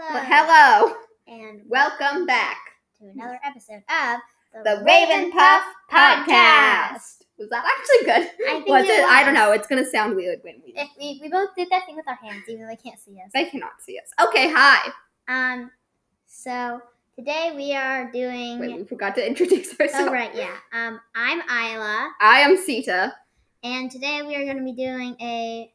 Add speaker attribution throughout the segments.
Speaker 1: Hello,
Speaker 2: and
Speaker 1: welcome back.
Speaker 2: to another episode of
Speaker 1: The Raven Puff Podcast. Was that actually good?
Speaker 2: I think
Speaker 1: was
Speaker 2: it
Speaker 1: it? I
Speaker 2: was.
Speaker 1: don't know. It's gonna sound weird when we
Speaker 2: If we, we both did that thing with our hands, even though they can't see us.
Speaker 1: they cannot see us. Okay, hi.
Speaker 2: Um, so today we are doing.
Speaker 1: Wait, we forgot to introduce ourselves.
Speaker 2: oh right, yeah. Um, I'm Isla,
Speaker 1: I am Sita.
Speaker 2: and today we are going to be doing a.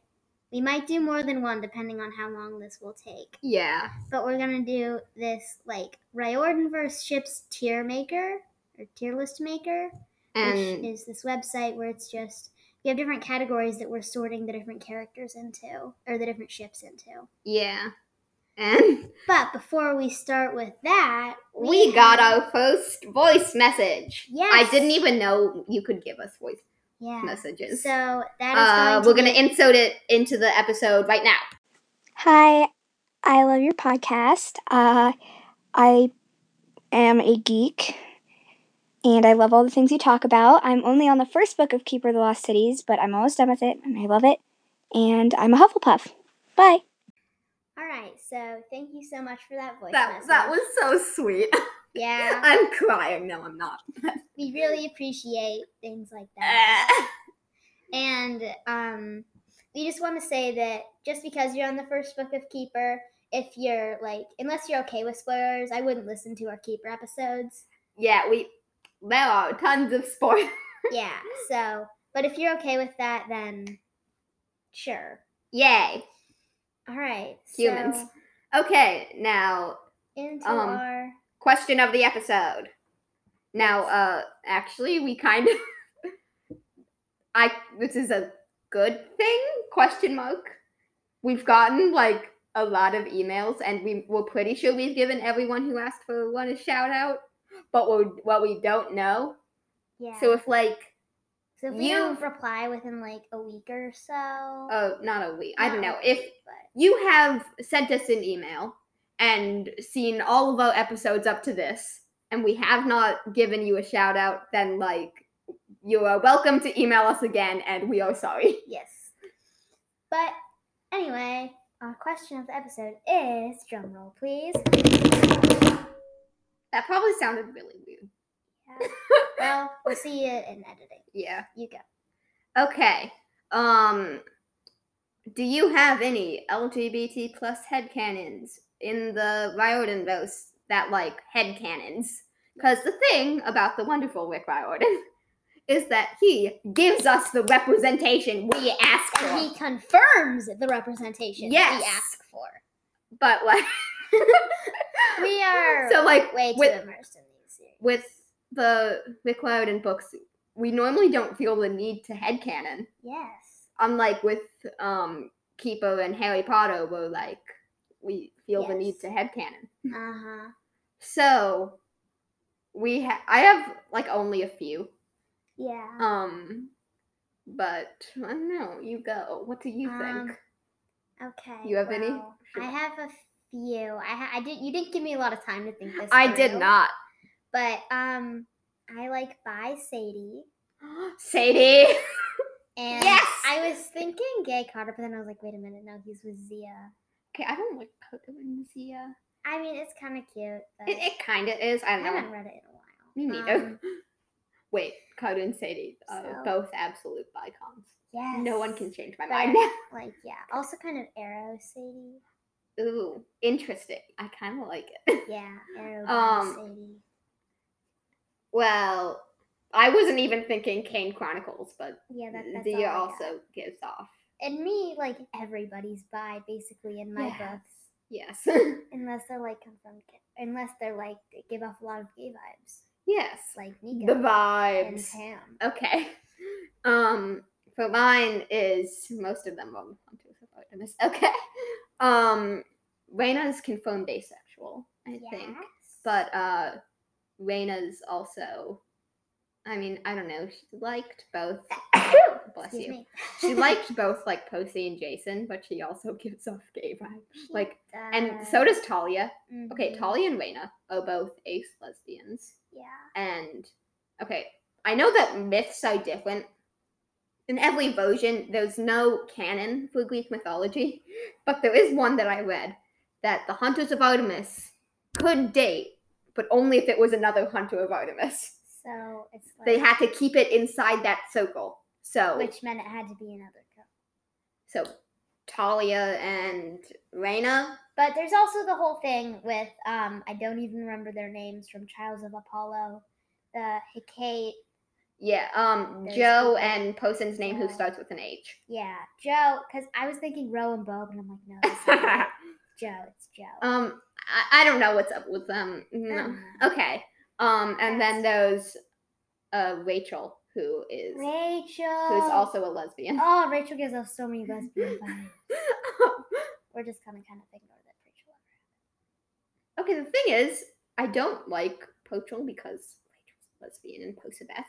Speaker 2: We might do more than one depending on how long this will take,
Speaker 1: Yeah,
Speaker 2: but we're going to do this like Riordan verse ships tier maker or tier list maker.
Speaker 1: and
Speaker 2: which is this website where it's just you have different categories that we're sorting the different characters into or the different ships into.
Speaker 1: yeah, and
Speaker 2: But before we start with that,
Speaker 1: we got
Speaker 2: have-
Speaker 1: our first voice message.
Speaker 2: Yes,
Speaker 1: I didn't even know you could give us voice
Speaker 2: Yeah.
Speaker 1: messages.
Speaker 2: So that is
Speaker 1: uh,
Speaker 2: going to
Speaker 1: we're gonna insert it into the episode right now.
Speaker 3: Hi, I love your podcast. Uh, I am a geek and I love all the things you talk about. I'm only on the first book of Keeper of the Lost Cities, but I'm almost done with it and I love it. And I'm a Hufflepuff. Bye.
Speaker 2: All right. So thank you so much for that voice
Speaker 1: That
Speaker 2: message.
Speaker 1: that was so sweet.
Speaker 2: yeah.
Speaker 1: I'm crying. No, I'm not.
Speaker 2: we really appreciate things like that.
Speaker 1: Uh,
Speaker 2: And um, we just want to say that just because you're on the first book of Keeper, if you're like, unless you're okay with spoilers, I wouldn't listen to our Keeper episodes.
Speaker 1: yeah, we there are tons of spoilers.
Speaker 2: yeah, so, but if you're okay with that, then sure.
Speaker 1: Yay!
Speaker 2: All right.
Speaker 1: Humans.
Speaker 2: so
Speaker 1: Okay, now
Speaker 2: into
Speaker 1: Um,
Speaker 2: our.
Speaker 1: question of the episode. Now, uh, actually, we kind of I this is a good thing? Question mark. We've gotten like a lot of emails, and we we're pretty sure we've given everyone who asked for one a shout out. But what we- what we don't know.
Speaker 2: Yeah.
Speaker 1: So if like
Speaker 2: So if we don't
Speaker 1: you've-
Speaker 2: reply within like a week or so.
Speaker 1: oh not a we I don't
Speaker 2: not
Speaker 1: know
Speaker 2: a
Speaker 1: if
Speaker 2: week, but-
Speaker 1: you have sent us an email and seen all of our episodes up to this, and we have not given you a shout out, then like you are welcome to email us again, and we are sorry.
Speaker 2: Yes. But anyway, our question of the episode is drumroll, please.
Speaker 1: That probably sounded really weird.
Speaker 2: Yeah. well, we'll see you in editing.
Speaker 1: Yeah.
Speaker 2: You go.
Speaker 1: Okay. Um. Do you have any LGBT plus headcanons in the Riordanverse that like headcanons? Because the thing about the wonderful Rick Riordan is that he gives us the representation we ask
Speaker 2: And he
Speaker 1: for.
Speaker 2: confirms the representation
Speaker 1: Yes.
Speaker 2: we ask for.
Speaker 1: But like,
Speaker 2: We are
Speaker 1: so like
Speaker 2: way too
Speaker 1: with-
Speaker 2: immersed in these series.
Speaker 1: with the Rick Riordan books, we normally don't feel the need to headcanon.
Speaker 2: Yes.
Speaker 1: unlike with um Keeper and Harry Potter, where like we feel the need
Speaker 2: Yes.
Speaker 1: to headcanon.
Speaker 2: Uh
Speaker 1: Uh-huh.
Speaker 2: huh.
Speaker 1: So we ha- I have like only a few.
Speaker 2: Yeah.
Speaker 1: Um but I don't know, you go. What do you
Speaker 2: Um,
Speaker 1: think?
Speaker 2: Okay.
Speaker 1: you have any?
Speaker 2: well,
Speaker 1: Should
Speaker 2: I
Speaker 1: I-
Speaker 2: have a few. I ha- I did. You didn't give me a lot of time to think this.
Speaker 1: I did
Speaker 2: through,
Speaker 1: not.
Speaker 2: But um, I like by Sadie.
Speaker 1: Sadie.
Speaker 2: And
Speaker 1: Yes!
Speaker 2: I was thinking Gay Carter, but then I was like, wait a minute, no, he's with Zia.
Speaker 1: Okay, I don't like Coco and Zia.
Speaker 2: I mean, it's kind of cute, but
Speaker 1: It, it kind of is. I
Speaker 2: I
Speaker 1: don't know.
Speaker 2: haven't read it in a while.
Speaker 1: Me neither.
Speaker 2: Um,
Speaker 1: Wait, Coda and Sadie are
Speaker 2: so-
Speaker 1: both absolute icons.
Speaker 2: Um, yes.
Speaker 1: No one can change my
Speaker 2: but,
Speaker 1: mind.
Speaker 2: Like, yeah. Also, kind of Arrow Sadie.
Speaker 1: Ooh, interesting. I kind of like it.
Speaker 2: Yeah, Arrow
Speaker 1: Um,
Speaker 2: um, Sadie.
Speaker 1: Well, I wasn't even thinking Kane Chronicles, but
Speaker 2: Yeah, that, that's
Speaker 1: Zia
Speaker 2: all I got.
Speaker 1: also gives off.
Speaker 2: And me, like, everybody's bi, basically, in my
Speaker 1: Yeah.
Speaker 2: books.
Speaker 1: Yes.
Speaker 2: Unless they're, like, confirmed. gay- Unless they're, like, they give off a lot of gay vibes.
Speaker 1: yes.
Speaker 2: Like,
Speaker 1: The
Speaker 2: Nico and
Speaker 1: vibes.
Speaker 2: Pam.
Speaker 1: Okay. Um, for mine is most of them are hunters of Artemis. Okay. Um, Reyna is confirmed asexual, I think.
Speaker 2: Yes.
Speaker 1: But uh, Reyna's also. I mean, I don't know. She liked both. Bless
Speaker 2: Excuse
Speaker 1: you.
Speaker 2: me.
Speaker 1: she liked both like Posey and Jason, but she also gives off gay vibes.
Speaker 2: She
Speaker 1: Like, and so
Speaker 2: does.
Speaker 1: does Talia. Okay,
Speaker 2: Mhm.
Speaker 1: Talia and Reyna are both ace lesbians.
Speaker 2: Yeah.
Speaker 1: And okay, I know that myths are different. In every version, there's no canon for Greek mythology, but there is one that I read that the Hunters of Artemis could date, but only if it was another Hunter of Artemis.
Speaker 2: So it's like,
Speaker 1: They had to keep it inside that circle. So,
Speaker 2: which meant it had to be another cup.
Speaker 1: so Talia and Reyna.
Speaker 2: But there's also the whole thing with um I don't even remember their names from Trials of Apollo, the Hecate,
Speaker 1: Yeah, um,
Speaker 2: There's
Speaker 1: Joe
Speaker 2: people-
Speaker 1: and person's name who
Speaker 2: Joe.
Speaker 1: starts with an H.
Speaker 2: yeah, Joe, because I was thinking Roe and Bob, and I'm like, no, that's not right. Joe, it's Joe.
Speaker 1: um, I, I don't know what's up with them. No.
Speaker 2: Um,
Speaker 1: Okay. Um, and then there's uh Rachel who is
Speaker 2: Rachel.
Speaker 1: who's also a lesbian.
Speaker 2: Oh, Rachel gives us so many lesbian vibes. Oh. We're just gonna kind of ignore that Rachel.
Speaker 1: okay, the thing is, I don't like Pochel because Rachel's lesbian and Posabeth.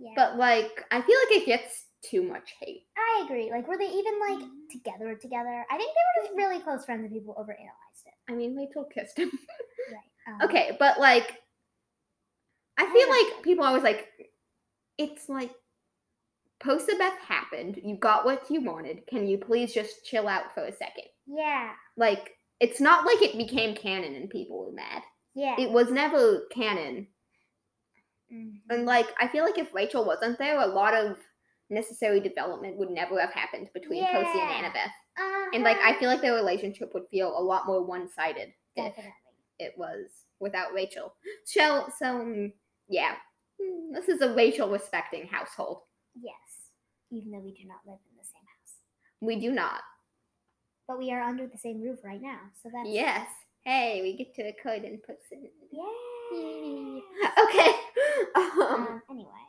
Speaker 2: Yeah,
Speaker 1: But like I feel like it gets too much hate.
Speaker 2: I agree. Like, were they even like together? Together? I think they were just really close friends, and people overanalyzed it.
Speaker 1: I mean Rachel kissed him.
Speaker 2: Right. Um,
Speaker 1: okay, but like I
Speaker 2: I
Speaker 1: feel
Speaker 2: understand.
Speaker 1: like people always like it's like Posabeth happened. You got what you wanted. Can you please just chill out for a second?
Speaker 2: Yeah.
Speaker 1: like it's not like it became canon and people were mad.
Speaker 2: Yeah.
Speaker 1: It was never canon.
Speaker 2: Mhm.
Speaker 1: And like I feel like if Rachel wasn't there, a lot of necessary development would never have happened between Posey and
Speaker 2: Yeah.
Speaker 1: Annabeth. And like
Speaker 2: Uh-huh.
Speaker 1: I feel like their relationship would feel a lot more one-sided if
Speaker 2: Definitely.
Speaker 1: it was without Rachel. So so mm, yeah. Mm, This is a Rachel respecting household.
Speaker 2: Yes. Even though we do not live in the same house.
Speaker 1: We do not.
Speaker 2: But we are under the same roof right now. So that's
Speaker 1: Yes. Hey, we get to record in person.
Speaker 2: Yay.
Speaker 1: Okay. um,
Speaker 2: Um, anyway.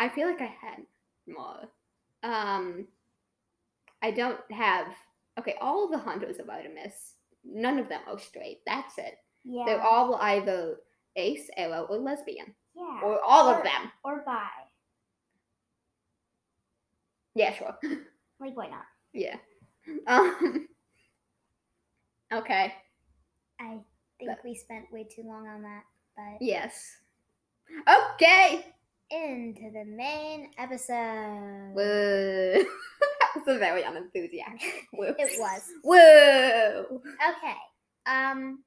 Speaker 1: I feel like I had more. Um, I don't have. Okay, all the hunters of Artemis, none of them are straight. That's it.
Speaker 2: Yeah.
Speaker 1: They're all either ace, arrow, or lesbian,
Speaker 2: yeah.
Speaker 1: or all
Speaker 2: Or-
Speaker 1: of them.
Speaker 2: or bi.
Speaker 1: Yeah, sure.
Speaker 2: Like why not?
Speaker 1: yeah. Um. Okay.
Speaker 2: I think we spent way too long on that. But
Speaker 1: Yes. Okay.
Speaker 2: into the main episode.
Speaker 1: Whoa. that was a very unenthusiastic. Whoa.
Speaker 2: It was.
Speaker 1: Whoa.
Speaker 2: Okay. Um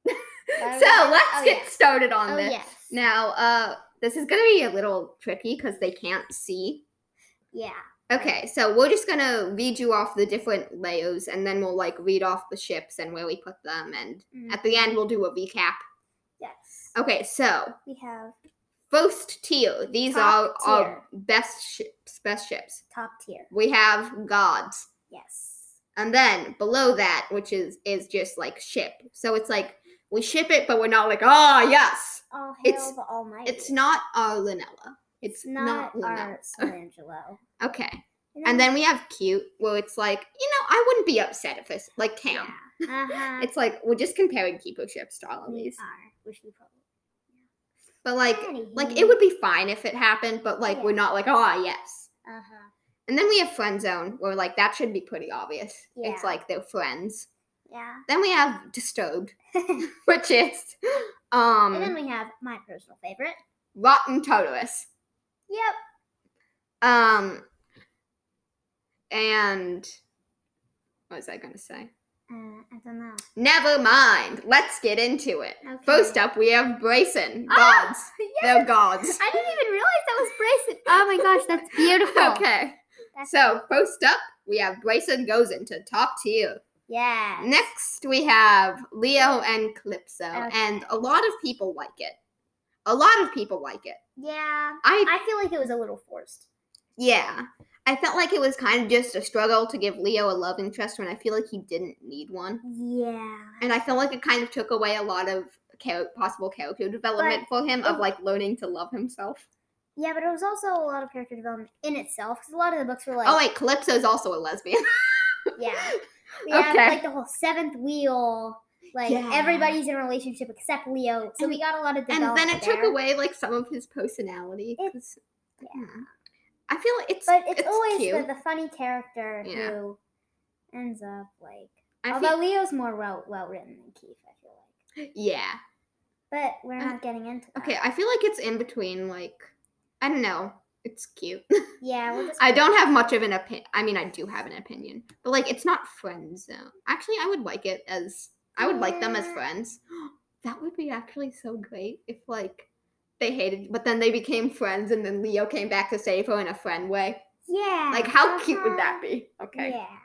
Speaker 1: So
Speaker 2: where
Speaker 1: let's
Speaker 2: were we? Oh,
Speaker 1: get
Speaker 2: yeah.
Speaker 1: started on
Speaker 2: Oh
Speaker 1: this.
Speaker 2: yes.
Speaker 1: Now, uh, this is gonna be a little tricky because they can't see.
Speaker 2: Yeah.
Speaker 1: Okay, so we're just gonna read you off the different layers, and then we'll like read off the ships and where we put them, and
Speaker 2: Mm,
Speaker 1: at the end Oh. we'll do a recap.
Speaker 2: Yes.
Speaker 1: Okay, so
Speaker 2: We have
Speaker 1: first tier. These
Speaker 2: Top
Speaker 1: are our best ships. Best ships.
Speaker 2: top tier.
Speaker 1: We have gods,
Speaker 2: Yes.
Speaker 1: and then below that, which is is just like ship. So it's like we ship it, but we're not like, oh yes,
Speaker 2: All hail
Speaker 1: It's-
Speaker 2: the Almighty.
Speaker 1: it's not our Linella. It's, not, Linella.
Speaker 2: our Solangelo.
Speaker 1: Okay. And then we have cute, where it's like, you know, I wouldn't be upset if it's like Cam.
Speaker 2: Yeah. Uh-huh.
Speaker 1: It's like we're just comparing keeper ships to all of
Speaker 2: we
Speaker 1: these.
Speaker 2: are, which we probably
Speaker 1: But like like it
Speaker 2: Anywho.
Speaker 1: would be fine if it happened, but like we're
Speaker 2: Yeah.
Speaker 1: not like, oh yes.
Speaker 2: Uh-huh.
Speaker 1: And then we have friend zone, where like that should be pretty obvious.
Speaker 2: Yeah.
Speaker 1: It's like they're friends.
Speaker 2: Yeah.
Speaker 1: Then we have disturbed, which is um
Speaker 2: and then we have my personal favorite.
Speaker 1: Rotten Totalus.
Speaker 2: Yep.
Speaker 1: Um and what was I gonna say?
Speaker 2: Uh, I don't know.
Speaker 1: Never mind. Let's get into it.
Speaker 2: Okay.
Speaker 1: First up, we have Brayson.
Speaker 2: Ah,
Speaker 1: Gods.
Speaker 2: yes.
Speaker 1: They're gods.
Speaker 2: I didn't even realize that was bracelet. Oh my gosh, that's beautiful.
Speaker 1: okay.
Speaker 2: That's
Speaker 1: So, first up, we have Brayson goes into top tier.
Speaker 2: yeah.
Speaker 1: Next, we have Leo and Calypso.
Speaker 2: Okay.
Speaker 1: And a lot of people like it. A lot of people like it.
Speaker 2: Yeah.
Speaker 1: I,
Speaker 2: I feel like it was a little forced.
Speaker 1: yeah. I felt like it was kind of just a struggle to give Leo a love interest when I feel like he didn't need one.
Speaker 2: Yeah.
Speaker 1: And I felt like it kind of took away a lot of char- possible character development for him of
Speaker 2: it-
Speaker 1: like learning to love himself.
Speaker 2: Yeah, but it was also a lot of character development in itself because a lot of the books were like,
Speaker 1: Oh wait, Calypso's also a lesbian.
Speaker 2: yeah, we have
Speaker 1: Okay.
Speaker 2: like the whole seventh wheel. Like
Speaker 1: Yeah.
Speaker 2: everybody's in a relationship except Leo, so we got a lot of
Speaker 1: and
Speaker 2: development.
Speaker 1: then it took
Speaker 2: there.
Speaker 1: away like some of his personality. 'cause-
Speaker 2: yeah.
Speaker 1: yeah. I feel like it's
Speaker 2: But it's,
Speaker 1: it's
Speaker 2: always
Speaker 1: cute.
Speaker 2: the, the funny character
Speaker 1: Yeah.
Speaker 2: who ends up like.
Speaker 1: I
Speaker 2: although
Speaker 1: feel,
Speaker 2: Leo's more well well written than Keith, I feel like.
Speaker 1: yeah.
Speaker 2: But we're
Speaker 1: Uh,
Speaker 2: not getting into that.
Speaker 1: Okay, I feel like it's in between like I don't know. It's cute.
Speaker 2: Yeah, we'll just
Speaker 1: I don't have much of an opinion. I mean, I do have an opinion, but like, it's not friend zone. Actually, I would like it as I would like them as
Speaker 2: Yeah.
Speaker 1: friends. That would be actually so great if like they hated, but then they became friends, and then Leo came back to save her in a friend way.
Speaker 2: Yeah.
Speaker 1: Like, how cute would that
Speaker 2: uh-huh.
Speaker 1: be? Okay,
Speaker 2: Yeah.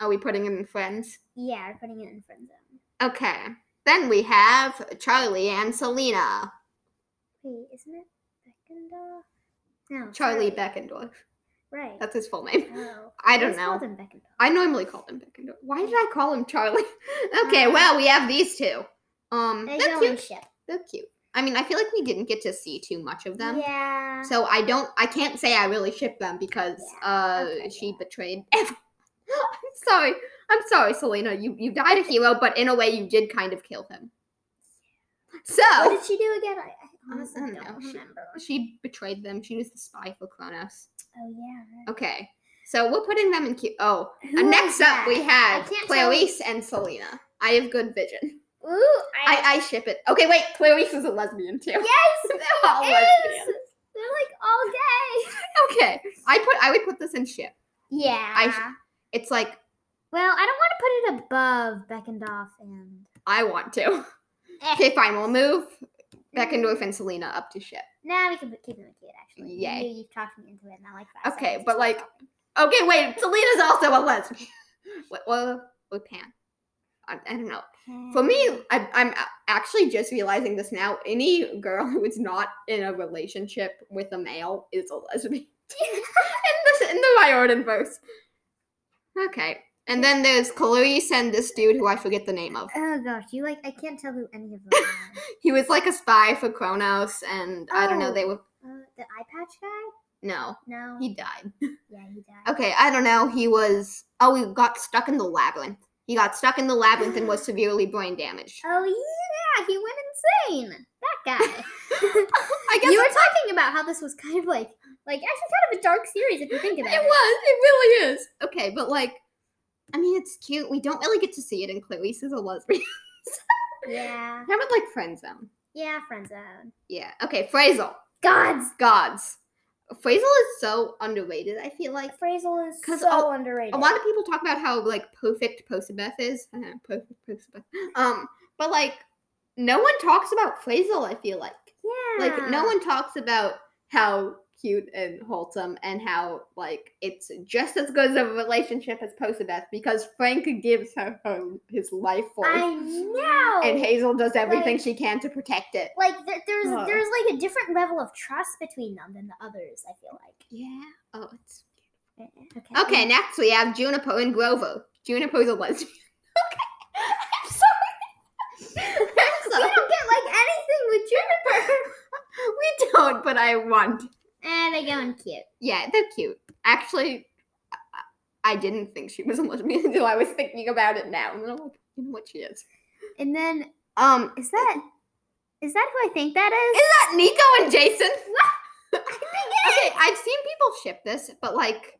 Speaker 1: are we putting him in friends?
Speaker 2: Yeah, we're putting it in friend zone.
Speaker 1: Okay, then we have Charlie and Selena.
Speaker 2: Wait, isn't it Beckendorf? No.
Speaker 1: Charlie Beckendorf.
Speaker 2: Right.
Speaker 1: That's his full name.
Speaker 2: Oh.
Speaker 1: I don't
Speaker 2: just called
Speaker 1: know.
Speaker 2: him Beckendorf.
Speaker 1: I normally call him Beckendorf. Why did I call him Charlie? okay,
Speaker 2: Uh,
Speaker 1: well, we have these two. Um,
Speaker 2: They
Speaker 1: they're
Speaker 2: go
Speaker 1: cute.
Speaker 2: on ship.
Speaker 1: They're cute. I mean, I feel like we didn't get to see too much of them.
Speaker 2: Yeah.
Speaker 1: So I don't. I can't say I really ship them because
Speaker 2: Yeah,
Speaker 1: uh,
Speaker 2: okay,
Speaker 1: she
Speaker 2: yeah.
Speaker 1: betrayed. everyone. I'm sorry. I'm sorry, Selena. You you died a hero, but in a way, you did kind of kill him. So
Speaker 2: What did she do again? I, I honestly
Speaker 1: don't
Speaker 2: don't,
Speaker 1: know. She-
Speaker 2: remember.
Speaker 1: she betrayed them. She was the spy for Kronos.
Speaker 2: oh yeah.
Speaker 1: Okay. So we're putting them in queue. Oh,
Speaker 2: Who
Speaker 1: and
Speaker 2: was
Speaker 1: next up we
Speaker 2: that?
Speaker 1: have
Speaker 2: can't tell.
Speaker 1: Clarice and Selena. I have good vision.
Speaker 2: Ooh,
Speaker 1: I,
Speaker 2: I,
Speaker 1: I ship it. Okay, wait. Clarice is a lesbian too.
Speaker 2: yes,
Speaker 1: They're all
Speaker 2: it is.
Speaker 1: lesbian.
Speaker 2: They're like all gay.
Speaker 1: Okay. I put. I would put this in ship.
Speaker 2: Yeah.
Speaker 1: It's like
Speaker 2: well, I don't want to put it above Beckendorf and.
Speaker 1: I want to.
Speaker 2: Eh.
Speaker 1: Okay, fine. We'll move
Speaker 2: Mm,
Speaker 1: Beckendorf and Selena up to ship.
Speaker 2: Nah, we can put- keep them cute actually. You
Speaker 1: Yay.
Speaker 2: knew You've talked me into it, and I like that.
Speaker 1: Okay, but, like, Okay, wait. Selena's also a lesbian. What? Well, with Pan. I, I don't know. For me, I, I'm a- actually just realizing this now. Any girl who is not in a relationship with a male is a lesbian. in the in the Riordan verse. Okay, and then there's Clarice and this dude who I forget the name of.
Speaker 2: Oh gosh, you like I can't tell who any of them are.
Speaker 1: He was like a spy for Kronos, and I don't know. They were
Speaker 2: Uh, the eye patch guy?
Speaker 1: no.
Speaker 2: No.
Speaker 1: He died.
Speaker 2: yeah, he died.
Speaker 1: Okay, I don't know. He was oh, he got stuck in the labyrinth. He got stuck in the labyrinth and was severely brain damaged.
Speaker 2: Oh yeah, he went insane. That guy.
Speaker 1: I guess
Speaker 2: you were talking about how this was kind of like, like actually kind of a dark series if you think about
Speaker 1: It
Speaker 2: it.
Speaker 1: was. It really is. Okay, but like, I mean, it's cute. We don't really get to see it, and Clarice is a lesbian.
Speaker 2: Yeah.
Speaker 1: How about like friend zone?
Speaker 2: Yeah, friend zone.
Speaker 1: Yeah. Okay, Frazel.
Speaker 2: Gods.
Speaker 1: Gods. Frazel is so underrated. I feel like
Speaker 2: Phrasal is
Speaker 1: 'Cause
Speaker 2: so
Speaker 1: a-
Speaker 2: underrated.
Speaker 1: a lot of people talk about how like perfect Posabeth is. I don't know, perfect Posabeth. Um, but like, no one talks about Frazel. I feel like
Speaker 2: yeah.
Speaker 1: like no one talks about how cute and wholesome and how like it's just as good of a relationship as Posabeth because Frank gives her, her his life force
Speaker 2: I know.
Speaker 1: and Hazel does everything
Speaker 2: like-
Speaker 1: she can to protect it.
Speaker 2: like there, there's
Speaker 1: Oh.
Speaker 2: there's like a different level of trust between them than the others. I feel like.
Speaker 1: Yeah. Oh, it's
Speaker 2: Okay.
Speaker 1: okay. Next we have Juniper and Grover. Juniper's a lesbian. okay, I'm sorry. I'm
Speaker 2: You
Speaker 1: sorry.
Speaker 2: don't get like anything with Juniper.
Speaker 1: we don't, but I want.
Speaker 2: and they go in cute.
Speaker 1: Yeah, they're cute. Actually, I- I I didn't think she was a lesbian until I was thinking about it now, and then I'm like, you know what she is.
Speaker 2: And then
Speaker 1: Um,
Speaker 2: is that is that who I think that is?
Speaker 1: is that Nico and Jason?
Speaker 2: I
Speaker 1: Okay, I've seen people ship this, but like,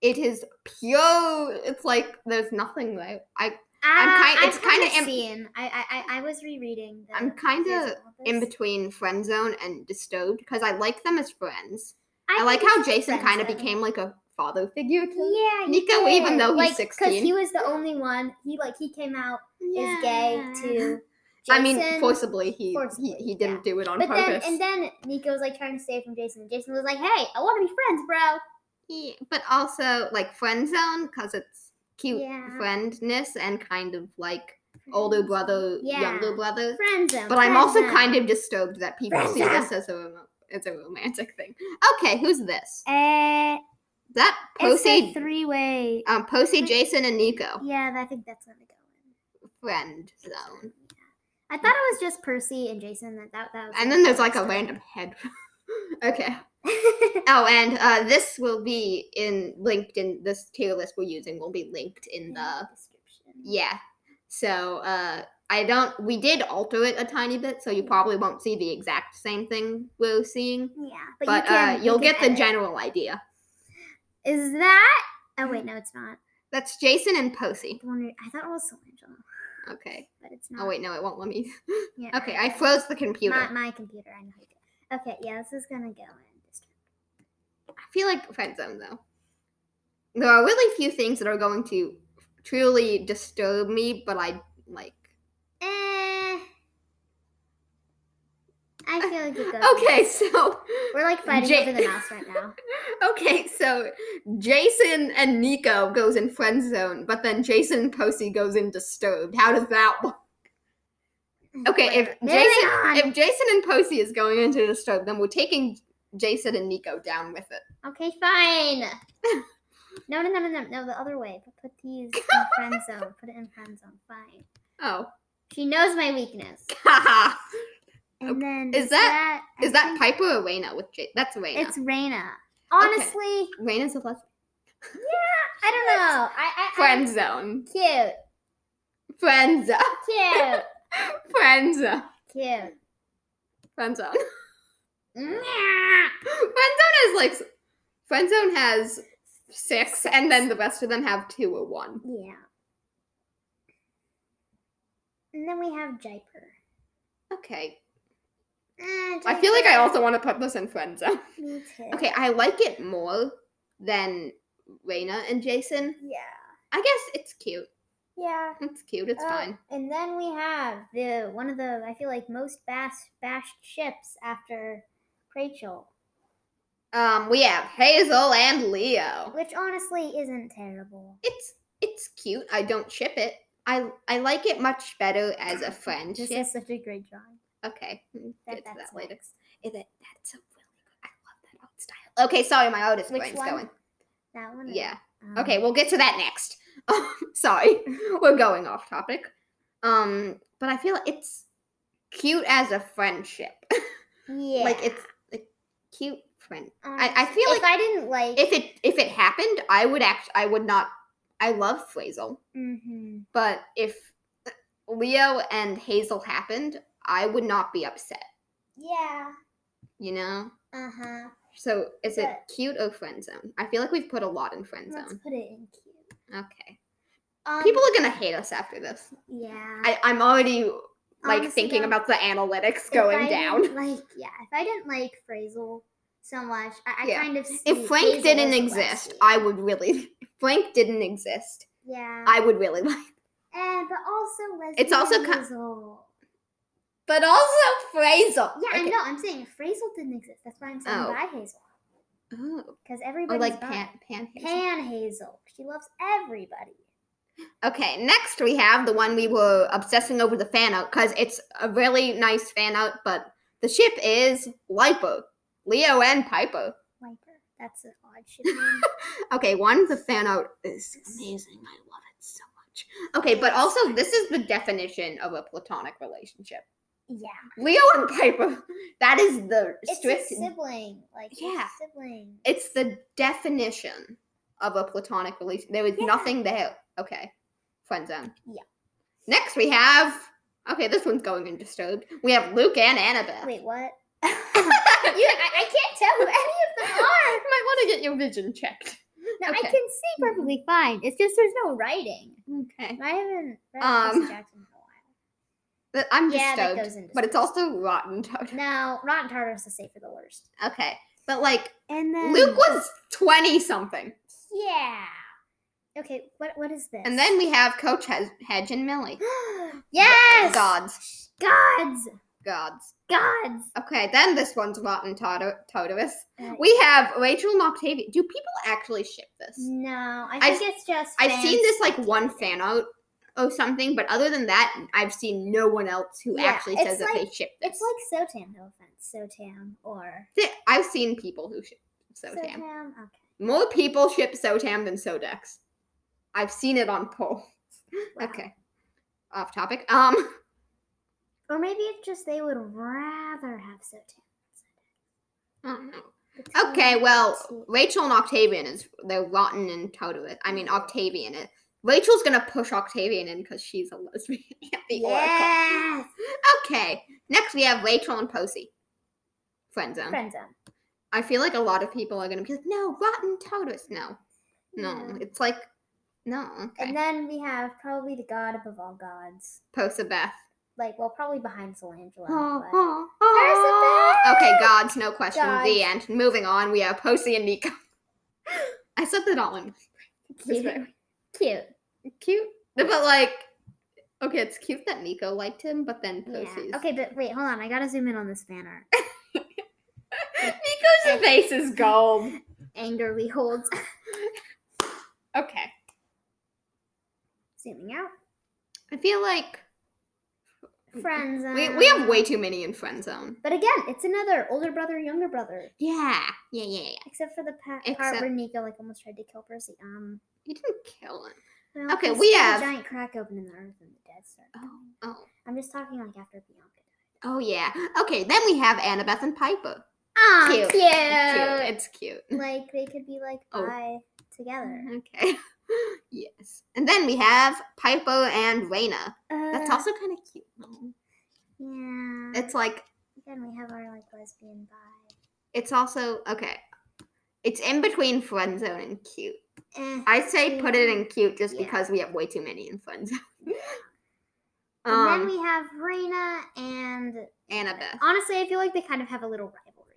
Speaker 1: it is pure. It's like there's nothing right. I I'm kind- it's kinda
Speaker 2: of
Speaker 1: am-
Speaker 2: Uh, seen. I, I I I was rereading. The
Speaker 1: I'm kinda
Speaker 2: reviews on
Speaker 1: in
Speaker 2: this.
Speaker 1: between friend zone and disturbed because I like them as friends.
Speaker 2: I
Speaker 1: I, like
Speaker 2: think
Speaker 1: how
Speaker 2: it's
Speaker 1: Jason
Speaker 2: friends
Speaker 1: kind of
Speaker 2: that-
Speaker 1: became like a father figure to
Speaker 2: Yeah, he
Speaker 1: Nico, even
Speaker 2: did.
Speaker 1: though he's
Speaker 2: like,
Speaker 1: 16.
Speaker 2: he was the only one. He like he came out as gay to. Jason,
Speaker 1: I mean, forcibly he
Speaker 2: forcibly,
Speaker 1: he, he didn't
Speaker 2: yeah.
Speaker 1: do it on
Speaker 2: But
Speaker 1: purpose.
Speaker 2: then and then Nico was like trying to stay from Jason, and Jason was like, "Hey, I want to be friends, bro."
Speaker 1: Yeah, but also like friend zone because it's cute
Speaker 2: Yeah.
Speaker 1: friendness and kind of like older brother, younger
Speaker 2: Yeah.
Speaker 1: brother.
Speaker 2: Friend zone.
Speaker 1: But I'm also kind of disturbed that people
Speaker 2: Friend
Speaker 1: see
Speaker 2: zone.
Speaker 1: this as a rom- as a romantic thing. Okay, who's this?
Speaker 2: Uh,
Speaker 1: That
Speaker 2: it's a
Speaker 1: Posey,
Speaker 2: three way.
Speaker 1: um, Posey,
Speaker 2: three-
Speaker 1: Jason, and Nico
Speaker 2: Yeah, I think that's where they go in.
Speaker 1: friend zone,
Speaker 2: I thought it was just Percy and Jason. That that, that was
Speaker 1: and
Speaker 2: it.
Speaker 1: then there's like a random head. okay. Oh, and uh, this will be in linked in this tier list we're using will be linked in the
Speaker 2: description.
Speaker 1: Yeah. So uh I don't we did alter it a tiny bit,
Speaker 2: Mm-hmm.
Speaker 1: so you probably won't see the exact same thing we're seeing.
Speaker 2: Yeah,
Speaker 1: But,
Speaker 2: but, you can,
Speaker 1: uh you'll
Speaker 2: you can
Speaker 1: get the
Speaker 2: edit.
Speaker 1: general idea.
Speaker 2: Is that? Oh
Speaker 1: Mm.
Speaker 2: wait, no, it's not.
Speaker 1: That's Jason and Posey.
Speaker 2: The one we- I thought it was Solangelo,
Speaker 1: Okay.
Speaker 2: but it's not.
Speaker 1: Oh wait, no, it won't let me.
Speaker 2: Yeah,
Speaker 1: Okay, I
Speaker 2: know.
Speaker 1: froze the computer.
Speaker 2: My, my computer. I know. you did. Okay, yeah, this is gonna go in.
Speaker 1: I feel like friend zone though. There are really few things that are going to truly disturb me, but I like.
Speaker 2: Eh. I feel like it goes.
Speaker 1: Okay, so
Speaker 2: We're like fighting
Speaker 1: Ja-
Speaker 2: over the mouse right now.
Speaker 1: okay, so Jason and Nico goes in friend zone, but then Jason and Posey goes in disturbed. How does that work? Okay, if
Speaker 2: Moving
Speaker 1: Jason
Speaker 2: on.
Speaker 1: if Jason and Posey is going into disturbed, then we're taking Jason and Nico down with it.
Speaker 2: Okay, fine. No, no, no, no, no, no, the other way. But put these in friend zone. Put it in friend zone. Fine.
Speaker 1: Oh,
Speaker 2: She knows my weakness.
Speaker 1: haha!
Speaker 2: And then
Speaker 1: Is
Speaker 2: is
Speaker 1: that-
Speaker 2: that I
Speaker 1: Is
Speaker 2: think
Speaker 1: that Piper or Raina with J? That's Raina.
Speaker 2: It's Raina. Honestly,
Speaker 1: Raina's a lesbian.
Speaker 2: I don't know. I, I
Speaker 1: Friend zone.
Speaker 2: I, cute,
Speaker 1: Friend zone.
Speaker 2: cute,
Speaker 1: Friend zone.
Speaker 2: cute.
Speaker 1: Friend zone.
Speaker 2: Nyah.
Speaker 1: Friend zone has like s- friend zone has six, and then the rest of them have two or one.
Speaker 2: Yeah. And then we have Jiper.
Speaker 1: Okay.
Speaker 2: Eh,
Speaker 1: I feel like I
Speaker 2: Jiper.
Speaker 1: also want to put this in friend zone.
Speaker 2: Me too.
Speaker 1: Okay, I like it more than Raina and Jason.
Speaker 2: Yeah.
Speaker 1: I guess it's cute.
Speaker 2: Yeah.
Speaker 1: It's cute. It's
Speaker 2: Oh,
Speaker 1: fine.
Speaker 2: And then we have the one of the I feel like most bash, bashed ships after Rachel,
Speaker 1: Um, we have Hazel and Leo.
Speaker 2: which honestly isn't terrible.
Speaker 1: It's it's cute. I don't ship it. I I like it much better as a friendship.
Speaker 2: This is such a great drawing.
Speaker 1: Okay, we'll
Speaker 2: That,
Speaker 1: get to
Speaker 2: that's
Speaker 1: that later.
Speaker 2: next.
Speaker 1: Is it, that's a really good. I love that art style. Okay, sorry, my artist
Speaker 2: Which
Speaker 1: brain's
Speaker 2: one?
Speaker 1: going.
Speaker 2: That one. or-
Speaker 1: Yeah.
Speaker 2: um,
Speaker 1: Okay, we'll get to that next. sorry, we're going off topic. Um, but I feel it's cute as a friendship.
Speaker 2: Yeah.
Speaker 1: Like it's like cute friend. I
Speaker 2: honestly.
Speaker 1: feel
Speaker 2: if I didn't like.
Speaker 1: If it if it happened, I would act. I would not. I love Flazel.
Speaker 2: hmm
Speaker 1: But if Leo and Hazel happened, I would not be upset,
Speaker 2: Yeah.
Speaker 1: you know?
Speaker 2: Uh huh.
Speaker 1: So is it
Speaker 2: But-
Speaker 1: cute or friend zone? I feel like we've put a lot in friend
Speaker 2: Let's
Speaker 1: zone.
Speaker 2: put it in cute.
Speaker 1: Okay.
Speaker 2: Um,
Speaker 1: People are gonna hate us after this.
Speaker 2: Yeah.
Speaker 1: I, I'm already like
Speaker 2: Honestly,
Speaker 1: thinking
Speaker 2: though,
Speaker 1: about the analytics
Speaker 2: if
Speaker 1: going
Speaker 2: I
Speaker 1: down.
Speaker 2: didn't Like yeah, if I didn't like Phrasal so much, I, I
Speaker 1: Yeah.
Speaker 2: kind of. see
Speaker 1: If Frank
Speaker 2: Hazel
Speaker 1: didn't
Speaker 2: as a
Speaker 1: exist,
Speaker 2: Westie.
Speaker 1: I would really if Frank didn't exist,
Speaker 2: Yeah.
Speaker 1: I would really like
Speaker 2: And Uh, but also Leslie.
Speaker 1: It's also
Speaker 2: and
Speaker 1: ki-
Speaker 2: Hazel.
Speaker 1: But also Frazel.
Speaker 2: Yeah, I
Speaker 1: Okay.
Speaker 2: know. I'm saying if Frazel didn't exist, that's why I'm saying
Speaker 1: Oh.
Speaker 2: by Hazel
Speaker 1: Oh,
Speaker 2: because
Speaker 1: or
Speaker 2: everybody's
Speaker 1: like
Speaker 2: bi.
Speaker 1: Pan Pan Hazel.
Speaker 2: Pan Hazel. She loves everybody.
Speaker 1: Okay, next we have the one we were obsessing over the fan art because it's a really nice fan art, but the ship is Lipo, Leo and Piper.
Speaker 2: Wiper. That's an odd ship name.
Speaker 1: Okay, one, the fan art is amazing. I love it so much. Okay, but also this is the definition of a platonic relationship.
Speaker 2: yeah.
Speaker 1: Leo and Piper. That is the
Speaker 2: It's a
Speaker 1: strict.
Speaker 2: sibling. Like it's a
Speaker 1: Yeah.
Speaker 2: sibling.
Speaker 1: It's the definition of a platonic relationship. There is
Speaker 2: Yeah.
Speaker 1: nothing there. Okay, friend zone.
Speaker 2: Yeah.
Speaker 1: Next we have. Okay, this one's going in disturbed. We have Luke and Annabeth.
Speaker 2: Wait, what?
Speaker 1: you
Speaker 2: I, I can't tell who any of them are.
Speaker 1: might want to get your vision checked.
Speaker 2: No,
Speaker 1: Okay.
Speaker 2: I can see perfectly fine. It's just there's no writing.
Speaker 1: Okay.
Speaker 2: I haven't read
Speaker 1: Um,
Speaker 2: Percy Jackson in a while.
Speaker 1: But I'm
Speaker 2: Yeah, that
Speaker 1: disturbed.
Speaker 2: goes into.
Speaker 1: but it's also rotten. Tomato-
Speaker 2: now Rotten Tomatoes is safe for the worst.
Speaker 1: Okay. But like
Speaker 2: And then
Speaker 1: Luke was 20 something.
Speaker 2: Yeah. Okay, what what is this?
Speaker 1: And then we have Coach Hed- Hedge and Millie.
Speaker 2: yes,
Speaker 1: Gods.
Speaker 2: gods,
Speaker 1: Gods.
Speaker 2: gods.
Speaker 1: Okay, then this one's Rotten Toto- Totovis.
Speaker 2: Uh,
Speaker 1: We have Rachel and Octavia. Do people actually ship this?
Speaker 2: no, I
Speaker 1: I've-
Speaker 2: think it's just.
Speaker 1: I've seen
Speaker 2: fans
Speaker 1: this like one
Speaker 2: speculating.
Speaker 1: fan out or something, but other than that, I've seen no one else who
Speaker 2: Yeah,
Speaker 1: actually
Speaker 2: it's
Speaker 1: says that
Speaker 2: like-
Speaker 1: they ship this.
Speaker 2: It's like Sotam. No offense, Sotam or
Speaker 1: Th- I've seen people who ship Sotam.
Speaker 2: Okay.
Speaker 1: More people ship Sotam than Sodex. I've seen it on poll.
Speaker 2: wow.
Speaker 1: Okay. Off topic. Um
Speaker 2: Or maybe it's just they would rather have Sotam.
Speaker 1: I don't know.
Speaker 2: The team
Speaker 1: Okay, well,
Speaker 2: team.
Speaker 1: Rachel and Octavian is they're rotten and total. I mean Octavian is Rachel's gonna push Octavian in because she's a lesbian at the Oracle.
Speaker 2: yes,
Speaker 1: Okay. Next we have Rachel and Posey. Friend zone.
Speaker 2: friend zone.
Speaker 1: I feel like a lot of people are gonna be like, no, rotten totus. No. No.
Speaker 2: Yeah.
Speaker 1: It's like no, okay.
Speaker 2: And then we have probably the god above all gods.
Speaker 1: Posabeth.
Speaker 2: Like, well, probably behind Solangelo.
Speaker 1: Oh,
Speaker 2: but-
Speaker 1: oh,
Speaker 2: There's a
Speaker 1: oh. Okay, gods, no question. The
Speaker 2: Gods.
Speaker 1: end. Moving on, we have Posey and Nico. I said that all in. That's
Speaker 2: Cute. Cute.
Speaker 1: Cute, but like, okay, it's cute that Nico liked him, but then
Speaker 2: Yeah.
Speaker 1: Posey's.
Speaker 2: Okay, but wait, hold on. I gotta zoom in on this banner.
Speaker 1: Nico's face is gold.
Speaker 2: Anger we hold.
Speaker 1: Okay.
Speaker 2: Zooming out.
Speaker 1: I feel like
Speaker 2: Friends.
Speaker 1: Mm, we, we have way too many in friend zone.
Speaker 2: But again, it's another older brother, younger brother.
Speaker 1: Yeah. Yeah, yeah, yeah.
Speaker 2: Except for the pa- part
Speaker 1: Except-
Speaker 2: where Nico like almost tried to kill Percy. Um.
Speaker 1: You didn't kill him.
Speaker 2: well,
Speaker 1: Okay,
Speaker 2: there's
Speaker 1: we
Speaker 2: still
Speaker 1: have-
Speaker 2: a giant crack open in the earth and the dead start.
Speaker 1: Oh. Oh.
Speaker 2: I'm just talking like after Bianca.
Speaker 1: Oh yeah. Okay, then we have Annabeth and Piper.
Speaker 2: Oh,
Speaker 1: Cute.
Speaker 2: cute.
Speaker 1: cute. It's cute.
Speaker 2: Like they could be like
Speaker 1: Oh.
Speaker 2: bye together.
Speaker 1: Mm, Okay. yes. And then we have Piper and Raina. Mm-hmm. That's
Speaker 2: Uh,
Speaker 1: also kind of cute.
Speaker 2: Yeah.
Speaker 1: It's like
Speaker 2: then we have our like lesbian bye.
Speaker 1: it's also okay. It's in between friend zone and cute.
Speaker 2: Eh.
Speaker 1: I say put it in cute just
Speaker 2: Yeah.
Speaker 1: because we have way too many in friend zone.
Speaker 2: And
Speaker 1: um,
Speaker 2: then we have Raina and
Speaker 1: Annabeth.
Speaker 2: honestly, I feel like they kind of have a little rivalry.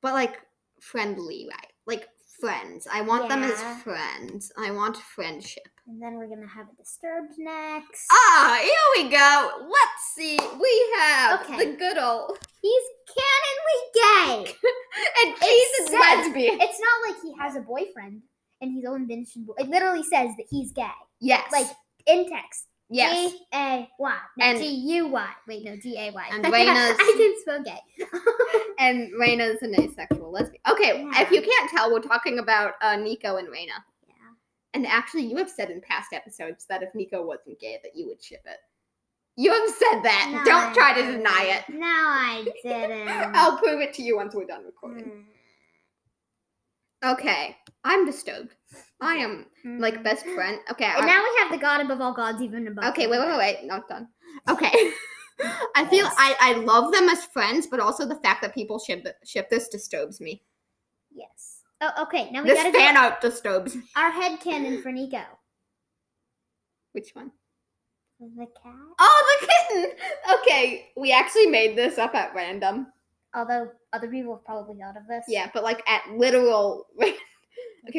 Speaker 1: but like friendly, right? Like friends. I want them as
Speaker 2: Yeah.
Speaker 1: friends. I want friendship.
Speaker 2: And then we're gonna have a disturbed next.
Speaker 1: Ah, here we go. Let's see. We have
Speaker 2: Okay.
Speaker 1: the good old
Speaker 2: He's canonly gay.
Speaker 1: and he's a
Speaker 2: says-
Speaker 1: lesbian.
Speaker 2: it's not like he has a boyfriend and he's only been. It literally says that he's gay.
Speaker 1: Yes.
Speaker 2: Like in text.
Speaker 1: yes.
Speaker 2: G A Y.
Speaker 1: And-
Speaker 2: No, G U Y. Wait, no, G A Y.
Speaker 1: And Uh, Raina's-
Speaker 2: I can spell gay.
Speaker 1: And Raina's an asexual lesbian. Okay, if you
Speaker 2: Yeah.
Speaker 1: can't tell, we're talking about uh, Nico and Raina.
Speaker 2: Yeah.
Speaker 1: And actually, you have said in past episodes that if Nico wasn't gay, that you would ship it. You have said that.
Speaker 2: No,
Speaker 1: Don't
Speaker 2: I
Speaker 1: try to deny Oh.
Speaker 2: didn't. No, I
Speaker 1: it.
Speaker 2: didn't.
Speaker 1: I'll prove it to you once we're done recording.
Speaker 2: Mm,
Speaker 1: Okay, I'm disturbed. I am like
Speaker 2: mm.
Speaker 1: best friend. Okay,
Speaker 2: And
Speaker 1: I-
Speaker 2: now we have the God above all gods, even above.
Speaker 1: okay, wait,
Speaker 2: everything.
Speaker 1: wait, wait, wait, not done. Okay, I feel
Speaker 2: Yes.
Speaker 1: I I love them as friends, but also the fact that people ship ship this disturbs me.
Speaker 2: Yes. Oh, okay. Now we
Speaker 1: this
Speaker 2: gotta
Speaker 1: fan
Speaker 2: do
Speaker 1: art disturbs me.
Speaker 2: our head cannon for Nico.
Speaker 1: Which one?
Speaker 2: The cat.
Speaker 1: Oh, the kitten. Okay, we actually made this up at random.
Speaker 2: Although other people have probably thought of this.
Speaker 1: Yeah, but like at literal. okay,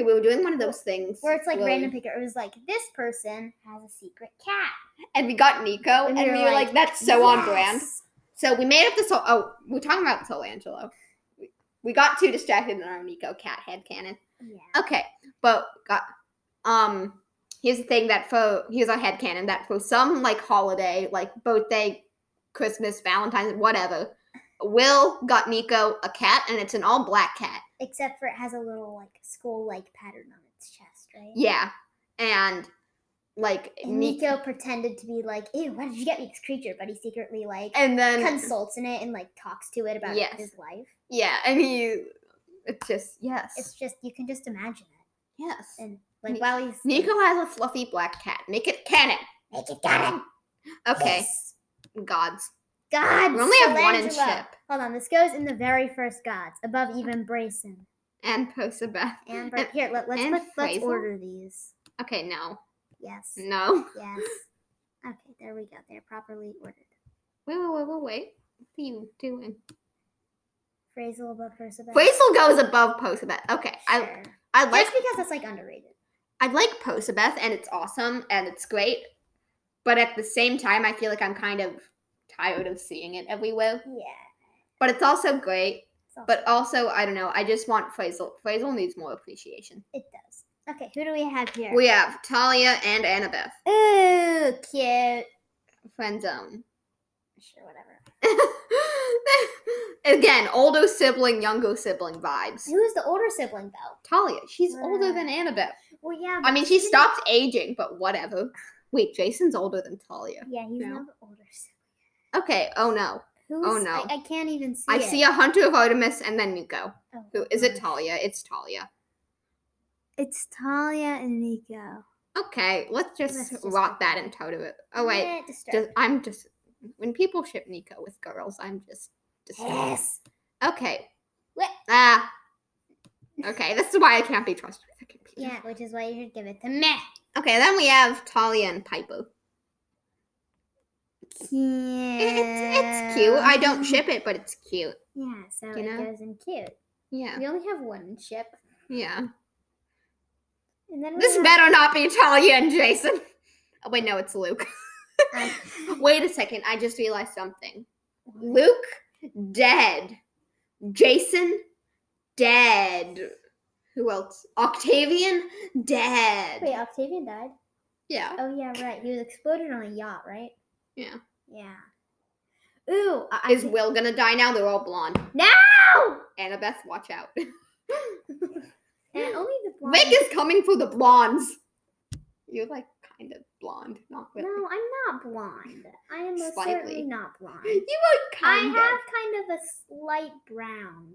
Speaker 1: we were doing one of those things
Speaker 2: Where it's like
Speaker 1: where we-
Speaker 2: random picture. It was like this person has a secret cat.
Speaker 1: and we got Nico, and, we were like, "That's so on brand."
Speaker 2: "Yes."
Speaker 1: So we made up this whole. Oh, we're talking about Solangelo. We, we got too distracted in our Nico cat head cannon.
Speaker 2: Yeah.
Speaker 1: Okay, but got um. Here's the thing that for here's our head cannon that for some like holiday, like birthday, Christmas, Valentine's, whatever, Will got Nico a cat, and it's an all black cat.
Speaker 2: Except for it has a little like skull like pattern on its chest, right?
Speaker 1: Yeah, and like
Speaker 2: And
Speaker 1: Nico,
Speaker 2: Nico pretended to be like, "Ew, why did you get me this creature?" But he secretly like
Speaker 1: and then
Speaker 2: consults in it and like talks to it about
Speaker 1: Yes.
Speaker 2: his life.
Speaker 1: yeah, and he, it's just yes,
Speaker 2: It's just you can just imagine it.
Speaker 1: yes.
Speaker 2: And like
Speaker 1: Ni-
Speaker 2: while he's
Speaker 1: Nico has a fluffy black cat. Make it canon.
Speaker 2: make it got him.
Speaker 1: Okay.
Speaker 2: Yes.
Speaker 1: Gods.
Speaker 2: Gods.
Speaker 1: We only have one in
Speaker 2: Solangelo.
Speaker 1: ship.
Speaker 2: Hold on, this goes in the very first gods, above even Brayson.
Speaker 1: And Posabeth.
Speaker 2: And
Speaker 1: And-
Speaker 2: Bra- here, let, let's
Speaker 1: and
Speaker 2: put, let's
Speaker 1: Fraser?
Speaker 2: order these.
Speaker 1: Okay, no.
Speaker 2: Yes.
Speaker 1: No.
Speaker 2: Yes. Okay, there we go. They're properly ordered.
Speaker 1: Wait, wait, wait, wait, wait. What are you doing?
Speaker 2: Phrasal above Persebeth.
Speaker 1: Brazel goes above Posabeth. Okay. I
Speaker 2: Sure.
Speaker 1: I like
Speaker 2: Just because that's like underrated.
Speaker 1: I like Posabeth and it's awesome and it's great. But at the same time I feel like I'm kind of tired of seeing it everywhere.
Speaker 2: Yeah.
Speaker 1: But it's also great.
Speaker 2: it's also-
Speaker 1: But also, I don't know, I just want Frazel. Frazel needs more appreciation.
Speaker 2: It does. Okay, who do we have here?
Speaker 1: We have Talia and Annabeth.
Speaker 2: Ooh, cute.
Speaker 1: Friend zone.
Speaker 2: Sure, whatever.
Speaker 1: Again, older sibling, younger sibling vibes.
Speaker 2: Who's the older sibling though?
Speaker 1: Talia, she's older than
Speaker 2: Right.
Speaker 1: Annabeth.
Speaker 2: Well, yeah.
Speaker 1: I
Speaker 2: but
Speaker 1: mean, she
Speaker 2: didn't-
Speaker 1: stopped aging, but whatever. Wait, Jason's older than Talia.
Speaker 2: Yeah, he's
Speaker 1: No.
Speaker 2: not the older sibling.
Speaker 1: Okay, oh no.
Speaker 2: Who's?
Speaker 1: no.
Speaker 2: I, I can't even see.
Speaker 1: I
Speaker 2: it.
Speaker 1: see a Hunter of Artemis and then Nico.
Speaker 2: Oh,
Speaker 1: Who is it
Speaker 2: gosh.
Speaker 1: Talia? It's Talia.
Speaker 2: It's Talia and Nico.
Speaker 1: Okay, let's just
Speaker 2: Let's just
Speaker 1: rot
Speaker 2: go
Speaker 1: that
Speaker 2: back.
Speaker 1: and total it. Oh wait.
Speaker 2: Eh, disturbed.
Speaker 1: Just, I'm just when people ship Nico with girls, I'm just disturbed.
Speaker 2: yes.
Speaker 1: Okay.
Speaker 2: What?
Speaker 1: Ah. Okay, this is why I can't be trusted with a computer.
Speaker 2: Yeah, which is why you should give it to me.
Speaker 1: Okay, then we have Talia and Piper.
Speaker 2: cute.
Speaker 1: It's, it's cute. I
Speaker 2: Um,
Speaker 1: don't ship it, but it's cute.
Speaker 2: Yeah, so
Speaker 1: you
Speaker 2: it
Speaker 1: know?
Speaker 2: goes in cute.
Speaker 1: Yeah.
Speaker 2: We only have one ship,
Speaker 1: Yeah.
Speaker 2: and then we
Speaker 1: This
Speaker 2: have,
Speaker 1: better not be Talia and Jason. Oh, wait, no, it's Luke.
Speaker 2: I-
Speaker 1: wait a second. I just realized something. Luke, dead. Jason, dead. Who else? Octavian, dead.
Speaker 2: Wait, Octavian died.
Speaker 1: Yeah.
Speaker 2: Oh yeah, right. He was exploded on a yacht, right?
Speaker 1: Yeah.
Speaker 2: Yeah. Ooh, I, I
Speaker 1: Is
Speaker 2: think-
Speaker 1: Will gonna die now? They're all blonde.
Speaker 2: Ow!
Speaker 1: Annabeth, watch out.
Speaker 2: And only the blonde.
Speaker 1: Vic is coming for the blondes. You're like kind of blonde, not really.
Speaker 2: No, I'm not blonde. I am most
Speaker 1: Slightly.
Speaker 2: certainly not blonde.
Speaker 1: You are
Speaker 2: I
Speaker 1: kind of.
Speaker 2: have kind of a slight brown.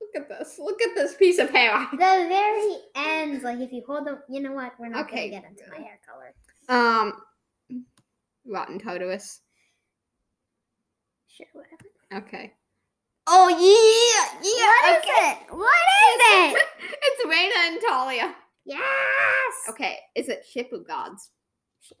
Speaker 1: Look at this. Look at this piece of hair.
Speaker 2: The very ends, like if you hold them, you know what? We're not
Speaker 1: Okay.
Speaker 2: gonna get into my hair color.
Speaker 1: Um, rotten totus.
Speaker 2: Sure, whatever.
Speaker 1: Okay. Oh yeah, yeah.
Speaker 2: What is
Speaker 1: okay.
Speaker 2: it? What is it?
Speaker 1: It's Raina and Talia.
Speaker 2: yes.
Speaker 1: Okay, is it ship of gods? Ship.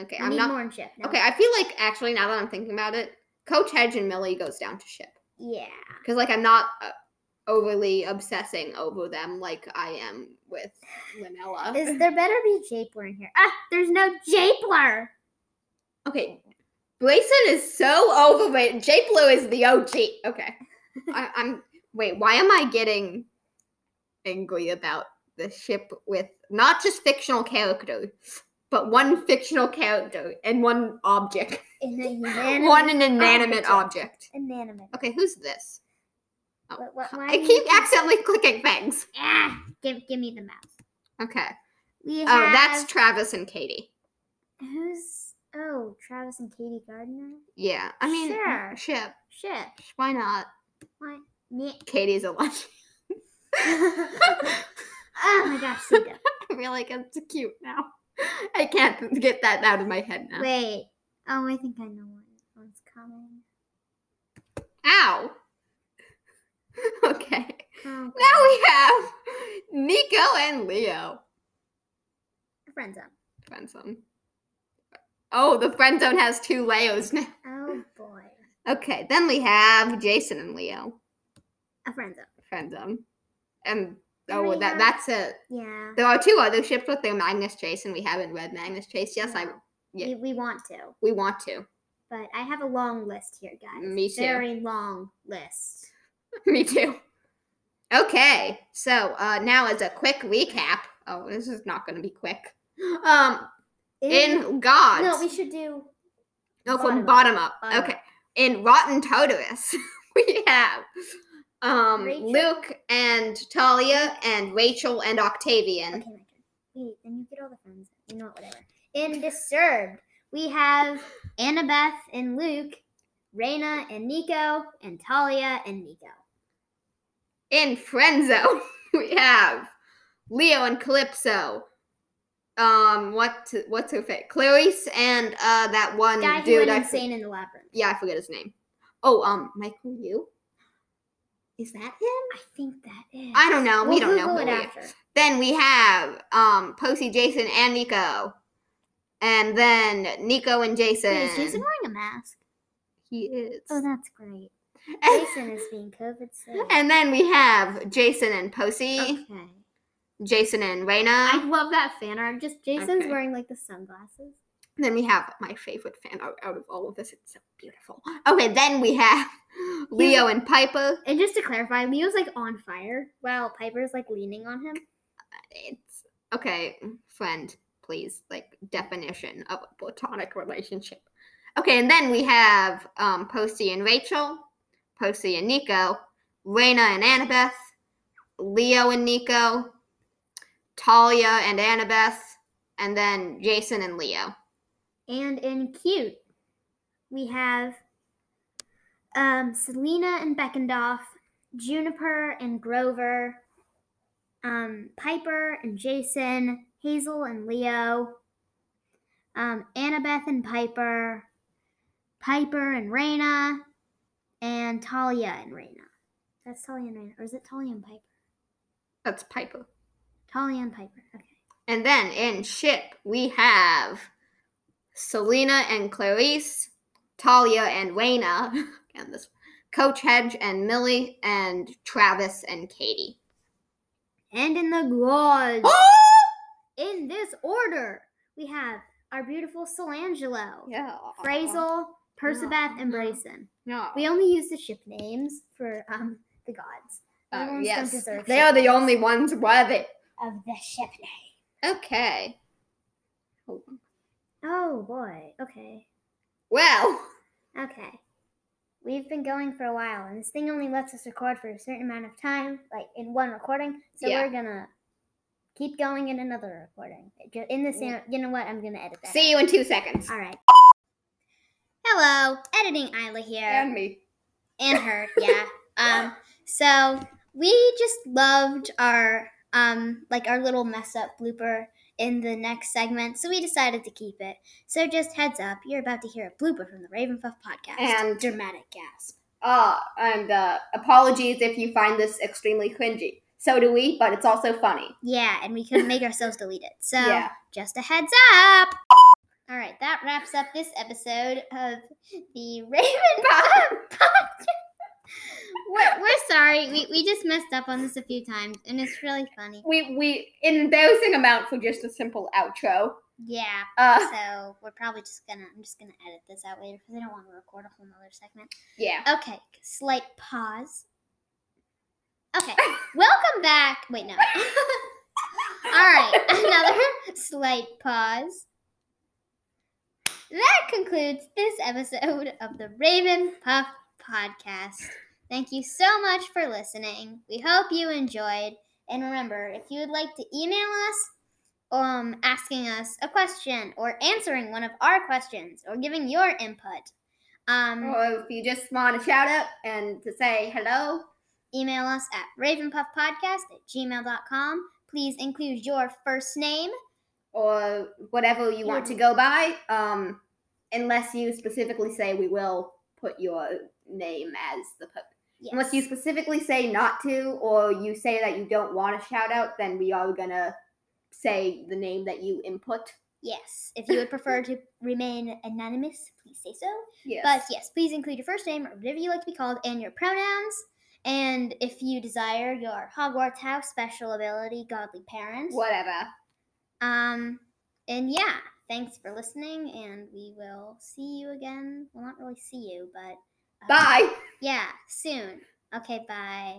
Speaker 1: Okay,
Speaker 2: I
Speaker 1: I'm
Speaker 2: need
Speaker 1: not.
Speaker 2: more in ship. no.
Speaker 1: Okay, I feel like actually now that I'm thinking about it, Coach Hedge and Millie goes down to ship
Speaker 2: Yeah.
Speaker 1: because like I'm not uh, overly obsessing over them like I am with Lanella.
Speaker 2: Is there better be Japler in here? Ah, there's no Japler.
Speaker 1: okay, Grayson is so overrated. J Blue is the OG. Okay, I, I'm wait. Why am I getting angry about the ship with not just fictional characters, but one fictional character and one object,
Speaker 2: In the
Speaker 1: one an inanimate
Speaker 2: object.
Speaker 1: object.
Speaker 2: Inanimate.
Speaker 1: Okay, who's this? Oh,
Speaker 2: What, what, why
Speaker 1: I
Speaker 2: do you
Speaker 1: keep
Speaker 2: keep-
Speaker 1: accidentally clicking things.
Speaker 2: Ah, give give me the mouse.
Speaker 1: Okay.
Speaker 2: We
Speaker 1: Oh,
Speaker 2: have
Speaker 1: that's Travis and Katie.
Speaker 2: who's oh Travis and Katie Gardner.
Speaker 1: Yeah. I mean,
Speaker 2: Sure.
Speaker 1: ship.
Speaker 2: Shit.
Speaker 1: Why not?
Speaker 2: What? Nick.
Speaker 1: Katie's a lunch.
Speaker 2: Oh my gosh, Sita.
Speaker 1: I feel like it's cute now. I can't get that out of my head now.
Speaker 2: Wait. Oh, I think I know one. One's coming.
Speaker 1: Ow. Okay.
Speaker 2: Oh,
Speaker 1: Now we have Nico and Leo.
Speaker 2: we- friend zone.
Speaker 1: Friend zone. Oh, the friend zone has two Leos now.
Speaker 2: Oh boy,
Speaker 1: Okay, then we have Jason and Leo.
Speaker 2: a friend zone.
Speaker 1: Friend zone. And
Speaker 2: Then
Speaker 1: oh
Speaker 2: we
Speaker 1: that
Speaker 2: have-
Speaker 1: that's it.
Speaker 2: Yeah.
Speaker 1: There are two other ships with their Magnus Chase, and we haven't read Magnus Chase. Yes, I
Speaker 2: No.
Speaker 1: yeah.
Speaker 2: We, we want to,
Speaker 1: we want to.
Speaker 2: but I have a long list here, guys.
Speaker 1: Me too.
Speaker 2: Very long list.
Speaker 1: Me too. Okay, so uh, now as a quick recap. Oh, this is not going to be quick. Um, in gods.
Speaker 2: no, we should do.
Speaker 1: No, from
Speaker 2: bottom
Speaker 1: bottom up.
Speaker 2: bottom
Speaker 1: okay, in Rotten Totous, we have um
Speaker 2: Rachel.
Speaker 1: Luke and Talia and Rachel and Octavian.
Speaker 2: Okay, my turn. Wait, then you get all the friends. You know what? Whatever. In disturbed, we have Annabeth and Luke, Raina and Nico, and Talia and Nico.
Speaker 1: In Friendzone, we have Leo and Calypso. Um, what what's her fit? Clarice and uh that one
Speaker 2: Guy who
Speaker 1: dude
Speaker 2: went
Speaker 1: I for-
Speaker 2: insane in the labyrinth.
Speaker 1: yeah, I forget his name. Oh, um, Michael Yu. Is that him?
Speaker 2: I think that is.
Speaker 1: I don't know. we
Speaker 2: We'll
Speaker 1: don't know.
Speaker 2: Google
Speaker 1: Who
Speaker 2: it
Speaker 1: we-
Speaker 2: after.
Speaker 1: Then we have um Posey, Jason, and Nico, and then Nico and Jason.
Speaker 2: Wait, is Jason wearing a mask?
Speaker 1: He is.
Speaker 2: Oh, that's great.
Speaker 1: and,
Speaker 2: Jason is being COVID safe.
Speaker 1: and then we have Jason and Posey,
Speaker 2: Okay.
Speaker 1: Jason and
Speaker 2: I
Speaker 1: Raina.
Speaker 2: love that fan art. Just Jason's
Speaker 1: Okay.
Speaker 2: wearing like the sunglasses.
Speaker 1: Then we have my favorite fan out, out of all of this. It's so beautiful. Okay, then we have Leo and Piper.
Speaker 2: And just to clarify, Leo's like on fire while Piper's like leaning on him.
Speaker 1: it's okay, friend, please, like definition of a platonic relationship. Okay, and then we have um Posty and Rachel, Posty and Nico, Raina and Annabeth, Leo and Nico, Talia and Annabeth, and then Jason and Leo.
Speaker 2: And in cute, we have um, Selena and Beckendorf, Juniper and Grover, um, Piper and Jason, Hazel and Leo, um, Annabeth and Piper, Piper and Raina, and Talia and Raina. That's Talia and Raina, or is it Talia and Piper?
Speaker 1: That's Piper.
Speaker 2: Talia and Piper. Okay.
Speaker 1: And then in ship, we have Selena and Clarice, Talia and Wayna, and this Coach Hedge and Millie, and Travis and Katie.
Speaker 2: And in the garage,
Speaker 1: Oh!
Speaker 2: in this order, we have our beautiful Solangelo,
Speaker 1: yeah. Uh-huh.
Speaker 2: Frazel, Persebeth, and
Speaker 1: no.
Speaker 2: Brayson.
Speaker 1: No.
Speaker 2: We only use the ship names for um the gods. The
Speaker 1: Uh,
Speaker 2: other ones don't
Speaker 1: yes.
Speaker 2: deserve
Speaker 1: They
Speaker 2: ship
Speaker 1: are the
Speaker 2: names.
Speaker 1: only ones worthy.
Speaker 2: of the ship name.
Speaker 1: Okay.
Speaker 2: Oh boy. Okay.
Speaker 1: Well,
Speaker 2: Okay. We've been going for a while, and this thing only lets us record for a certain amount of time, like in one recording. So
Speaker 1: Yeah.
Speaker 2: we're gonna keep going in another recording. Ju- In this, you know what? I'm gonna edit that.
Speaker 1: see you in two seconds.
Speaker 2: All right. Hello, editing Isla here.
Speaker 1: And me.
Speaker 2: and her yeah um so we just loved our um like our little mess up blooper in the next segment so we decided to keep it so just heads up you're about to hear a blooper from the ravenfuff podcast
Speaker 1: And-
Speaker 2: dramatic gasp
Speaker 1: Ah, and uh, apologies if you find this extremely cringy. So do we, but it's also funny.
Speaker 2: yeah and we couldn't make ourselves delete it so
Speaker 1: Yeah.
Speaker 2: just a heads up all right that wraps up this episode of the ravenfuff podcast we're, we're sorry we, we just messed up on this a few times and it's really funny
Speaker 1: We we an embarrassing amount for just a simple outro.
Speaker 2: yeah
Speaker 1: Uh,
Speaker 2: So we're probably just gonna I'm just gonna edit this out later because I don't want to record a whole nother segment.
Speaker 1: yeah.
Speaker 2: Okay, slight pause. Okay, welcome back. Wait, no. All right, another slight pause. That concludes this episode of the Raven Puff Podcast. Thank you so much for listening. We hope you enjoyed. And remember, if you would like to email us, um, asking us a question or answering one of our questions or giving your input, um,
Speaker 1: Or if you just want a shout out and to say hello,
Speaker 2: email us at ravenpuffpodcast at gmail.com. Please include your first name.
Speaker 1: or whatever you want to go by. Um, unless you specifically say we will put your name as the po- unless you
Speaker 2: Yes.
Speaker 1: specifically say not to, or you say that you don't want a shout out, then we are gonna say the name that you input.
Speaker 2: Yes. If you would prefer to remain anonymous, please say so.
Speaker 1: Yes.
Speaker 2: But yes, please include your first name or whatever you like to be called and your pronouns. And if you desire your Hogwarts house special ability, godly parent.
Speaker 1: whatever.
Speaker 2: Um, and yeah, thanks for listening, and we will see you again. Well, not really see you, but uh,
Speaker 1: Bye.
Speaker 2: Yeah, soon. Okay, bye.